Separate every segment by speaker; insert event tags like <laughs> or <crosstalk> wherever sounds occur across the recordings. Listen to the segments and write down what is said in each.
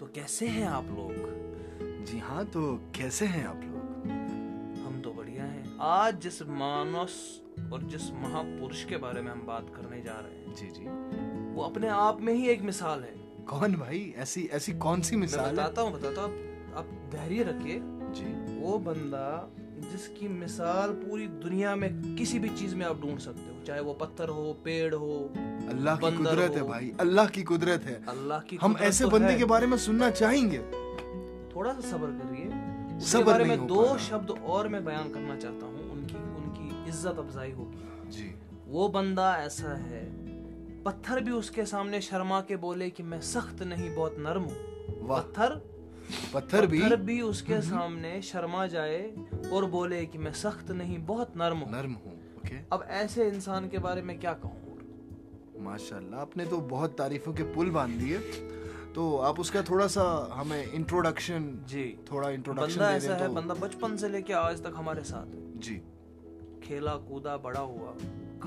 Speaker 1: तो कैसे हैं आप लोग
Speaker 2: जी हाँ तो कैसे हैं आप लोग
Speaker 1: हम तो बढ़िया हैं आज जिस मानस और जिस महापुरुष के बारे में हम बात करने जा रहे
Speaker 2: जी जी
Speaker 1: हैं वो अपने आप में ही एक मिसाल है
Speaker 2: कौन भाई ऐसी ऐसी कौन सी
Speaker 1: मैं
Speaker 2: मिसाल है
Speaker 1: बताता हूँ बताता हूँ आप- आप धैर्य रखिए
Speaker 2: जी
Speaker 1: वो बंदा जिसकी मिसाल पूरी दुनिया में किसी भी चीज में आप ढूंढ सकते हो चाहे वो पत्थर हो पेड़ हो
Speaker 2: अल्लाह की
Speaker 1: बंदर
Speaker 2: कुदरत है
Speaker 1: हो।
Speaker 2: भाई अल्लाह की कुदरत है
Speaker 1: अल्लाह की
Speaker 2: हम
Speaker 1: कुदरत
Speaker 2: ऐसे
Speaker 1: तो
Speaker 2: बंदे
Speaker 1: है।
Speaker 2: के बारे में सुनना चाहेंगे
Speaker 1: थोड़ा सा सब्र करिए उसके
Speaker 2: सब्र
Speaker 1: बारे
Speaker 2: नहीं
Speaker 1: में
Speaker 2: हो
Speaker 1: दो
Speaker 2: पा रहा।
Speaker 1: शब्द और मैं बयान करना चाहता हूँ उनकी उनकी इज्जत अफजाई होगी
Speaker 2: जी
Speaker 1: वो बंदा ऐसा है पत्थर भी उसके सामने शर्मा के बोले कि मैं सख्त नहीं बहुत नरम हूँ
Speaker 2: वाह
Speaker 1: पत्थर
Speaker 2: पत्थर भी हम्म।
Speaker 1: पत्थर भी उसके सामने शर्मा जाए और बोले कि मैं सख्त नहीं बहुत नर्म हूँ
Speaker 2: नर्म हूँ ओके
Speaker 1: अब ऐसे इंसान के बारे में क्या कहूँ
Speaker 2: माशाल्लाह आपने तो बहुत तारीफों के पुल बांध दिए तो आप उसका थोड़ा सा हमें इंट्रोडक्शन
Speaker 1: जी
Speaker 2: थोड़ा इंट्रोडक्शन
Speaker 1: बंदा
Speaker 2: तो दे
Speaker 1: ऐसा
Speaker 2: दें
Speaker 1: है
Speaker 2: तो
Speaker 1: बंदा बचपन से लेके आज तक हमारे साथ है
Speaker 2: जी
Speaker 1: खेला कूदा बड़ा हुआ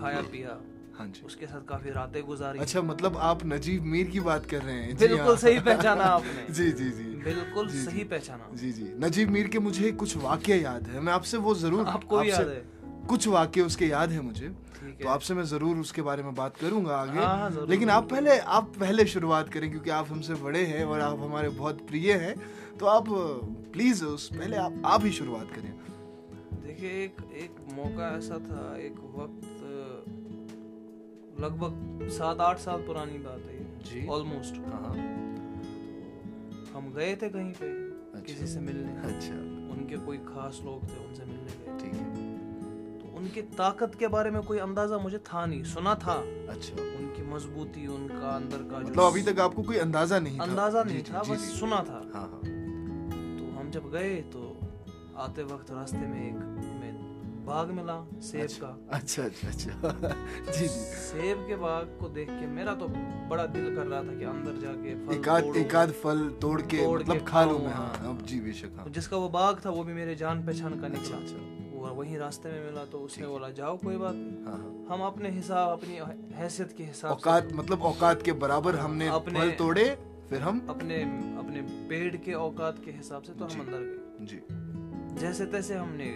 Speaker 1: खाया पिया
Speaker 2: हाँ जी
Speaker 1: उसके साथ काफी रातें गुजारी
Speaker 2: अच्छा मतलब आप नजीब मीर की बात कर रहे हैं जी
Speaker 1: बिल्कुल
Speaker 2: हाँ। <laughs>
Speaker 1: सही पहचाना आपने।
Speaker 2: जी जी जी
Speaker 1: बिल्कुल
Speaker 2: जी,
Speaker 1: सही
Speaker 2: जी।
Speaker 1: पहचाना
Speaker 2: जी जी नजीब मीर के मुझे कुछ वाक्य याद है मैं आपसे वो जरूर
Speaker 1: आपको भी
Speaker 2: आपसे-
Speaker 1: याद है?
Speaker 2: कुछ वाक्य उसके याद है मुझे
Speaker 1: ठीक
Speaker 2: तो आपसे मैं जरूर उसके बारे में बात करूंगा आगे
Speaker 1: हाँ, हाँ, जरूर,
Speaker 2: लेकिन आप पहले आप पहले शुरुआत करें क्योंकि आप हमसे बड़े हैं और आप हमारे बहुत प्रिय हैं तो आप प्लीज उस पहले आप आप ही शुरुआत करें
Speaker 1: देखिए एक एक मौका ऐसा था एक वक्त अ, लगभग सात आठ साल पुरानी बात है
Speaker 2: जी।
Speaker 1: ऑलमोस्ट
Speaker 2: हाँ
Speaker 1: हम गए थे कहीं पे किसी से मिलने
Speaker 2: अच्छा
Speaker 1: उनके कोई खास लोग थे उनसे मिलने गए
Speaker 2: ठीक है
Speaker 1: तो उनकी ताकत के बारे में कोई अंदाजा मुझे था नहीं सुना था
Speaker 2: अच्छा
Speaker 1: उनकी मजबूती उनका अंदर का जो
Speaker 2: मतलब अभी तक आपको कोई अंदाजा नहीं था
Speaker 1: अंदाजा
Speaker 2: जी,
Speaker 1: नहीं
Speaker 2: जी,
Speaker 1: था
Speaker 2: जी,
Speaker 1: बस
Speaker 2: जी।
Speaker 1: सुना था
Speaker 2: हाँ हाँ
Speaker 1: तो हम जब गए तो आते वक्त रास्ते में एक हमें बाग मिला सेब का
Speaker 2: अच्छा अच्छा अच्छा <laughs> जी जी
Speaker 1: सेब के बाग को देख के मेरा तो बड़ा दिल कर रहा था कि अंदर जाके फल
Speaker 2: एकाध
Speaker 1: तोड़ूं।
Speaker 2: एकाध फल तोड़ के
Speaker 1: तोड़ के
Speaker 2: मतलब खा लूं
Speaker 1: खाऊं,
Speaker 2: मैं
Speaker 1: हाँ।
Speaker 2: हाँ अब जी बेशक हाँ
Speaker 1: तो जिसका वो बाग था वो भी मेरे जान पहचान का
Speaker 2: अच्छा
Speaker 1: निकला
Speaker 2: अच्छा
Speaker 1: वो वहीं रास्ते में मिला तो उसने
Speaker 2: ठीक है।
Speaker 1: बोला जाओ कोई बात नहीं
Speaker 2: हाँ हाँ
Speaker 1: हम अपने हिसाब अपनी हैसियत के हिसाब से तो-
Speaker 2: औकात मतलब औकात के बराबर हमने
Speaker 1: अपने-
Speaker 2: फल तोड़े फिर हम
Speaker 1: अपने अपने पेड़ के औकात के हिसाब से तो हम अंदर गए
Speaker 2: जी
Speaker 1: जैसे तैसे हमने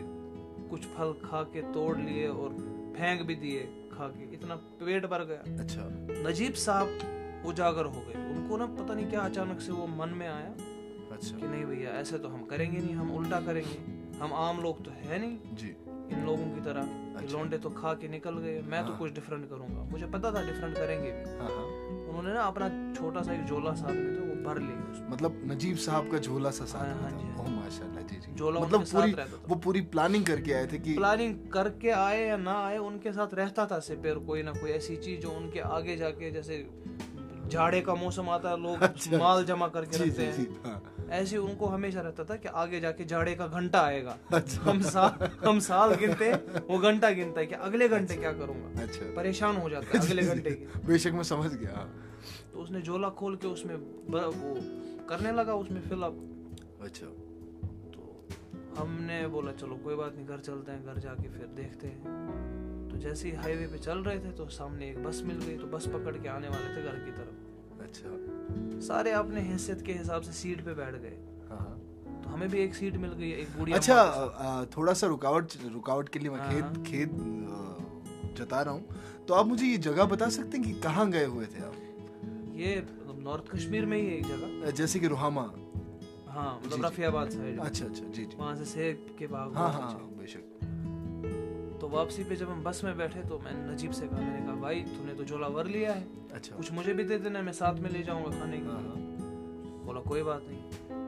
Speaker 1: कुछ फल खा के तोड़ लिए और फेंक भी दिए खा के इतना पेट भर गया
Speaker 2: अच्छा
Speaker 1: नजीब साहब उजागर हो गए उनको ना पता नहीं क्या अचानक से वो मन में आया कि
Speaker 2: अच्छा
Speaker 1: नहीं भैया ऐसे तो हम करेंगे नहीं हम उल्टा करेंगे हम आम लोग तो है नहीं
Speaker 2: जी
Speaker 1: इन लोगों की तरह कि
Speaker 2: अच्छा।
Speaker 1: लौंडे तो खा के निकल गए मैं तो
Speaker 2: हाँ।
Speaker 1: कुछ डिफरेंट करूंगा मुझे पता था डिफरेंट करेंगे भी
Speaker 2: हाँ हाँ
Speaker 1: उन्होंने ना अपना छोटा सा एक झोला साथ में था वो भर लिया उसमें
Speaker 2: मतलब नजीब साहब का झोला सा
Speaker 1: हाँ,
Speaker 2: साथ
Speaker 1: हाँ
Speaker 2: में
Speaker 1: जी,
Speaker 2: था
Speaker 1: हाँ
Speaker 2: ओह माशाल्लाह जी जी
Speaker 1: झोला
Speaker 2: मतलब
Speaker 1: उनके साथ
Speaker 2: पूरी
Speaker 1: रहता था।
Speaker 2: वो पूरी प्लानिंग करके आए थे कि
Speaker 1: प्लानिंग करके आए या ना आए उनके साथ रहता था सिर्फ और कोई ना कोई ऐसी चीज जो उनके आगे जाके जैसे जाड़े का मौसम आता है लोग
Speaker 2: अच्छा।
Speaker 1: माल जमा करके
Speaker 2: जी
Speaker 1: रखते
Speaker 2: जी जी
Speaker 1: हैं
Speaker 2: हाँ
Speaker 1: ऐसे उनको हमेशा रहता था कि आगे जाके जाड़े का घंटा आएगा
Speaker 2: अच्छा।
Speaker 1: हम साल हम साल गिनते हैं वो घंटा गिनता है कि अगले घंटे क्या करूंगा
Speaker 2: अच्छा
Speaker 1: परेशान हो जाता है अगले
Speaker 2: जी, जी,
Speaker 1: घंटे
Speaker 2: <laughs>
Speaker 1: की
Speaker 2: बेशक मैं समझ गया हाँ।
Speaker 1: तो उसने झोला खोल के उसमें ब- वो करने लगा उसमें फिलअप
Speaker 2: अच्छा
Speaker 1: तो हमने बोला चलो कोई बात नहीं घर चलते हैं घर जाके फिर देखते हैं तो जैसे ही हाईवे पे चल रहे थे तो सामने एक बस मिल गई तो बस पकड़ के आने वाले थे घर की तरफ
Speaker 2: अच्छा
Speaker 1: सारे अपने हैसियत के हिसाब से सीट पे बैठ गए
Speaker 2: हाँ हाँ
Speaker 1: तो हमें भी एक सीट मिल गई एक बूढ़ी
Speaker 2: अच्छा
Speaker 1: अम्मा के
Speaker 2: आ, थोड़ा सा रुकावट रुकावट के लिए मैं
Speaker 1: हाँ, हाँ।
Speaker 2: खेत खेत आ, जता रहा हूँ तो आप मुझे ये जगह बता सकते हैं कि कहाँ गए हुए थे आप
Speaker 1: साथ। ये मतलब नॉर्थ कश्मीर में ही है एक जगह
Speaker 2: जैसे कि रुहामा
Speaker 1: हाँ
Speaker 2: जी,
Speaker 1: मतलब
Speaker 2: जी।
Speaker 1: रफियाबाद साइड
Speaker 2: अच्छा अच्छा जी जी
Speaker 1: वहाँ से सेब के बाग
Speaker 2: हाँ
Speaker 1: बहुत
Speaker 2: हाँ
Speaker 1: अच्छे।
Speaker 2: हाँ, बेशक
Speaker 1: तो वापसी पे जब हम बस में बैठे तो मैंने नजीब से कहा मैंने कहा भाई तूने तो झोला भर लिया है
Speaker 2: अच्छा
Speaker 1: कुछ मुझे भी दे देना मैं साथ में ले जाऊंगा खाने के
Speaker 2: हाँ,
Speaker 1: लिए
Speaker 2: हाँ,
Speaker 1: बोला कोई बात नहीं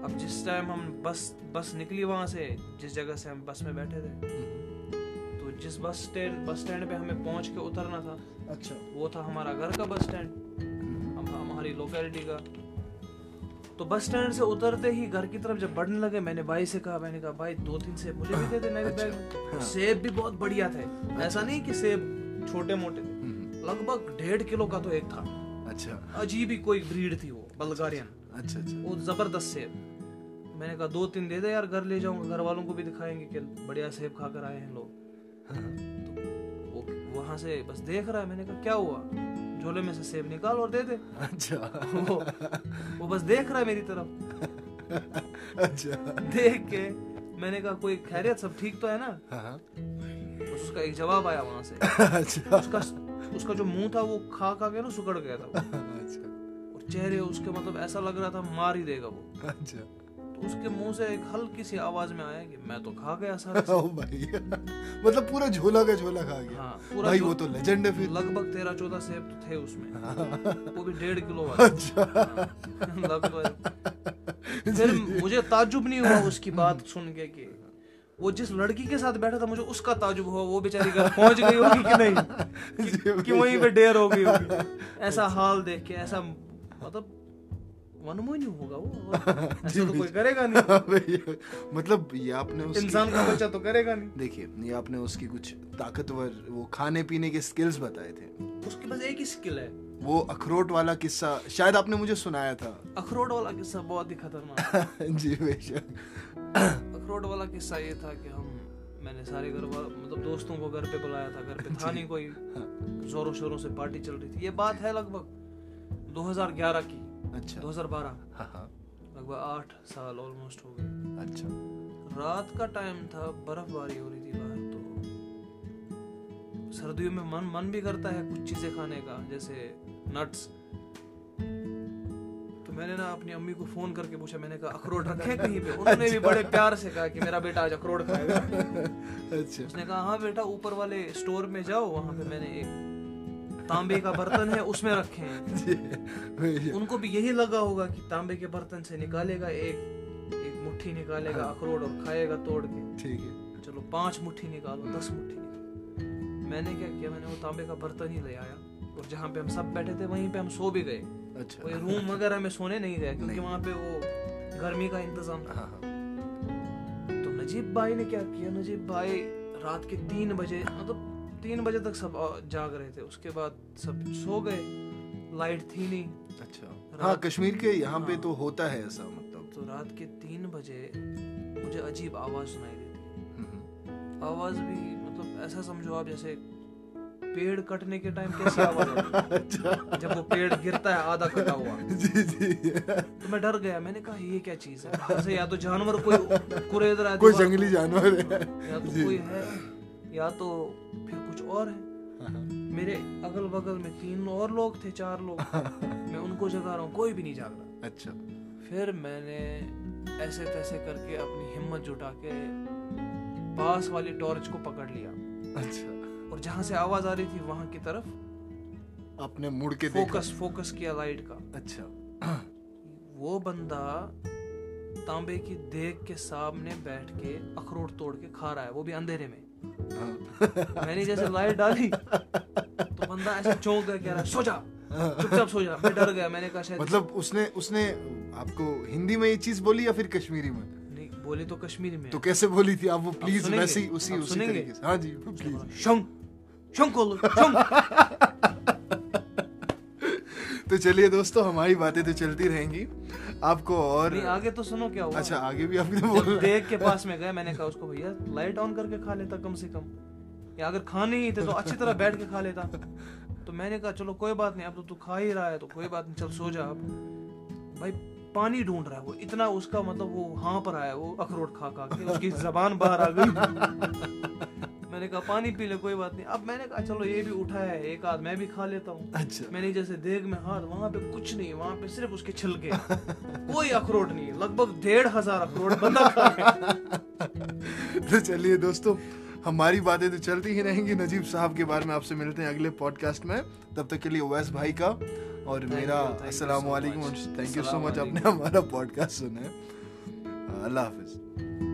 Speaker 1: अब जिस टाइम हम बस बस निकली वहां से जिस जगह से हम बस में बैठे थे
Speaker 2: हम्म,
Speaker 1: तो जिस बस स्टैंड बस स्टैंड पे हमें पहुंच के उतरना था
Speaker 2: अच्छा
Speaker 1: वो था हमारा घर का बस स्टैंड
Speaker 2: हम्म,
Speaker 1: हम हमारी लोकेलिटी का तो बस स्टैंड से उतरते ही घर की तरफ जब बढ़ने लगे मैंने भाई से कहा मैंने कहा भाई दो तीन सेब मुझे भी दे दे मेरे
Speaker 2: अच्छा,
Speaker 1: बैग में।"
Speaker 2: हाँ।
Speaker 1: सेब भी बहुत बढ़िया थे ऐसा नहीं कि सेब छोटे मोटे
Speaker 2: हम्म,
Speaker 1: लगभग डेढ़ किलो का तो एक था
Speaker 2: अच्छा
Speaker 1: अजीब ही कोई ब्रीड थी वो बल्गारियन
Speaker 2: अच्छा अच्छा
Speaker 1: वो जबरदस्त सेब मैंने कहा दो तीन दे दे यार घर ले जाऊंगा घर वालों को भी दिखाएंगे कि बढ़िया सेब खा कर आए हैं लोग तो
Speaker 2: हाँ,
Speaker 1: वो वहां से बस देख रहा है मैंने कहा क्या हुआ झोले में से सेब निकाल और दे दे
Speaker 2: अच्छा
Speaker 1: वो वो बस देख रहा है मेरी तरफ
Speaker 2: अच्छा
Speaker 1: देख के मैंने कहा कोई खैरियत सब ठीक तो है ना
Speaker 2: हाँ
Speaker 1: उसका एक जवाब आया वहां से
Speaker 2: अच्छा
Speaker 1: उसका उसका जो मुंह था वो खा खा के ना सुकड़ गया था वो।
Speaker 2: अच्छा
Speaker 1: और चेहरे उसके मतलब ऐसा लग रहा था मार ही देगा वो
Speaker 2: अच्छा
Speaker 1: तो उसके मुंह से एक हल्की सी आवाज में आया कि मैं तो खा गया सर
Speaker 2: ओ भाई मतलब पूरा झोला का झोला खा गया
Speaker 1: हाँ पूरा
Speaker 2: भाई
Speaker 1: जो-
Speaker 2: वो तो लेजेंड है <laughs> फिर
Speaker 1: लगभग तेरह चौदह सेब तो थे उसमें वो भी डेढ़ किलो वाले
Speaker 2: अच्छा
Speaker 1: <laughs> लगभग फिर
Speaker 2: <laughs>
Speaker 1: मुझे ताजुब नहीं हुआ उसकी बात सुन के कि वो जिस लड़की के साथ बैठा था मुझे उसका ताजुब हुआ वो बेचारी घर पहुंच गई होगी कि नहीं कि- कि वहीं पे डेर हो गई होगी ऐसा हाल देख के ऐसा मतलब वनमोहिनी होगा वो ऐसा तो कोई करेगा नहीं
Speaker 2: भैया, हाँ मतलब ये आपने <laughs> उसकी
Speaker 1: इंसान का बच्चा तो करेगा नहीं
Speaker 2: देखिए ये आपने उसकी कुछ ताकतवर वो खाने पीने के स्किल्स बताए थे
Speaker 1: उसके पास एक ही स्किल है
Speaker 2: वो अखरोट वाला किस्सा शायद आपने मुझे सुनाया था
Speaker 1: अखरोट वाला किस्सा बहुत ही खतरनाक है।
Speaker 2: <laughs> जी बेशक
Speaker 1: अखरोट वाला किस्सा ये था कि हम मैंने सारे घर वाल- मतलब दोस्तों को घर पे बुलाया था घर पे था नहीं कोई जोरों शोरों से पार्टी चल रही थी ये बात है लगभग 2011 की
Speaker 2: अच्छा
Speaker 1: 2012
Speaker 2: हाँ हाँ
Speaker 1: लगभग आठ साल ऑलमोस्ट हो गए
Speaker 2: अच्छा <laughs>
Speaker 1: रात का टाइम था बर्फबारी हो रही थी बाहर तो सर्दियों में मन मन भी करता है कुछ चीजें खाने का जैसे नट्स तो मैंने ना अपनी अम्मी को फोन करके पूछा मैंने कहा अखरोट रखे हैं कहीं पे उन्होंने भी बड़े प्यार से कहा कि मेरा बेटा आज अखरोट खाएगा
Speaker 2: अच्छा
Speaker 1: उसने कहा हाँ बेटा ऊपर वाले स्टोर में जाओ वहां पे मैंने एक तांबे का बर्तन है उसमें रखे हैं
Speaker 2: जी भैया,
Speaker 1: उनको भी यही लगा होगा कि तांबे के बर्तन से निकालेगा एक एक मुट्ठी निकालेगा अखरोट और खाएगा तोड़ के
Speaker 2: ठीक है
Speaker 1: चलो पांच मुट्ठी निकालो दस मुट्ठी निकालो मैंने क्या किया मैंने वो तांबे का बर्तन ही ले आया और जहाँ पे हम सब बैठे थे वहीं पे हम सो भी गए
Speaker 2: अच्छा
Speaker 1: कोई रूम वगैरह में सोने नहीं गए क्योंकि वहाँ पे वो गर्मी का इंतजाम था
Speaker 2: हाँ हाँ
Speaker 1: तो नजीब भाई ने क्या किया नजीब भाई रात के तीन बजे मतलब तीन बजे तक सब अ, जाग रहे थे उसके बाद सब सो गए लाइट थी नहीं
Speaker 2: अच्छा हाँ कश्मीर के यहाँ पे तो होता है ऐसा मतलब
Speaker 1: तो रात के तीन बजे मुझे अजीब आवाज़ सुनाई देती
Speaker 2: हम्म,
Speaker 1: आवाज भी मतलब ऐसा समझो आप जैसे पेड़ कटने के टाइम कैसी आवाज आती
Speaker 2: <laughs> अच्छा
Speaker 1: है? जब वो पेड़ गिरता है आधा कटा हुआ
Speaker 2: <laughs> जी जी
Speaker 1: तो मैं डर गया मैंने कहा ये क्या चीज है बाहर से या तो जानवर कोई कुरेद रहा है
Speaker 2: कोई
Speaker 1: दीवार
Speaker 2: जंगली जानवर है
Speaker 1: को, या तो कोई है या तो फिर कुछ और है
Speaker 2: हाँ,
Speaker 1: मेरे अगल बगल में तीन और लोग थे चार लोग
Speaker 2: हाँ,
Speaker 1: मैं उनको जगा रहा हूँ कोई भी नहीं जाग रहा
Speaker 2: अच्छा
Speaker 1: फिर मैंने ऐसे तैसे करके अपनी हिम्मत जुटा के पास वाली टॉर्च को पकड़ लिया
Speaker 2: अच्छा
Speaker 1: और जहां से आवाज आ रही थी वहां की तरफ
Speaker 2: आपने मुड़ के देखा
Speaker 1: फोकस फोकस किया लाइट का
Speaker 2: अच्छा
Speaker 1: वो बंदा तांबे की देग के सामने बैठ के अखरोट तोड़ के खा रहा है वो भी अंधेरे में
Speaker 2: हाँ।
Speaker 1: मैंने जैसे लाइट डाली तो बंदा ऐसे चौंक गया कह रहा है सो जा चुपचाप सो जा मैं डर गया मैंने कहा शायद
Speaker 2: मतलब उसने उसने आपको हिंदी में ये चीज बोली या फिर कश्मीरी में
Speaker 1: नहीं बोले तो कश्मीरी में
Speaker 2: तो कैसे बोली थी आप वो प्लीज
Speaker 1: सुनेंगे,
Speaker 2: वैसे ही उसी
Speaker 1: आप
Speaker 2: उसी
Speaker 1: सुनेंगे।
Speaker 2: तरीके से हाँ जी प्लीज
Speaker 1: शंक शंक बोलो
Speaker 2: <laughs>
Speaker 1: शंक
Speaker 2: तो चलिए दोस्तों हमारी बातें तो चलती रहेंगी आपको और
Speaker 1: नहीं, आगे तो सुनो क्या हुआ
Speaker 2: अच्छा आगे भी आपने
Speaker 1: जब
Speaker 2: बोलना है।
Speaker 1: देख के पास में गए मैंने कहा उसको भैया लाइट ऑन करके खा लेता कम से कम या अगर खाने ही थे तो अच्छी तरह बैठ के खा लेता तो मैंने कहा चलो कोई बात नहीं अब तो तू खा ही रहा है तो कोई बात नहीं चल सो जा अब भाई पानी ढूंढ रहा है वो इतना उसका मतलब वो हाँ पर आया वो अखरोट खा खा के उसकी जबान बाहर आ गई मैंने कहा पानी पी ले कोई बात नहीं अब मैंने कहा चलो ये भी उठा है एक आध मैं भी खा लेता हूँ
Speaker 2: अच्छा <laughs>
Speaker 1: मैंने जैसे देग में हाथ वहां पे कुछ नहीं वहां पे सिर्फ उसके छिलके कोई अखरोट नहीं लगभग डेढ़ हजार अखरोट बंदा खा गया।
Speaker 2: तो चलिए दोस्तों हमारी बातें तो चलती ही रहेंगी नजीब साहब के बारे में आपसे मिलते हैं अगले पॉडकास्ट में तब तक के लिए वैस भाई का और मेरा
Speaker 1: you, thank you so
Speaker 2: अस्सलाम वालेकुम
Speaker 1: much.
Speaker 2: थैंक यू सो
Speaker 1: अस्सलाम
Speaker 2: मच आपने हमारा पॉडकास्ट सुना है अल्लाह हाफिज़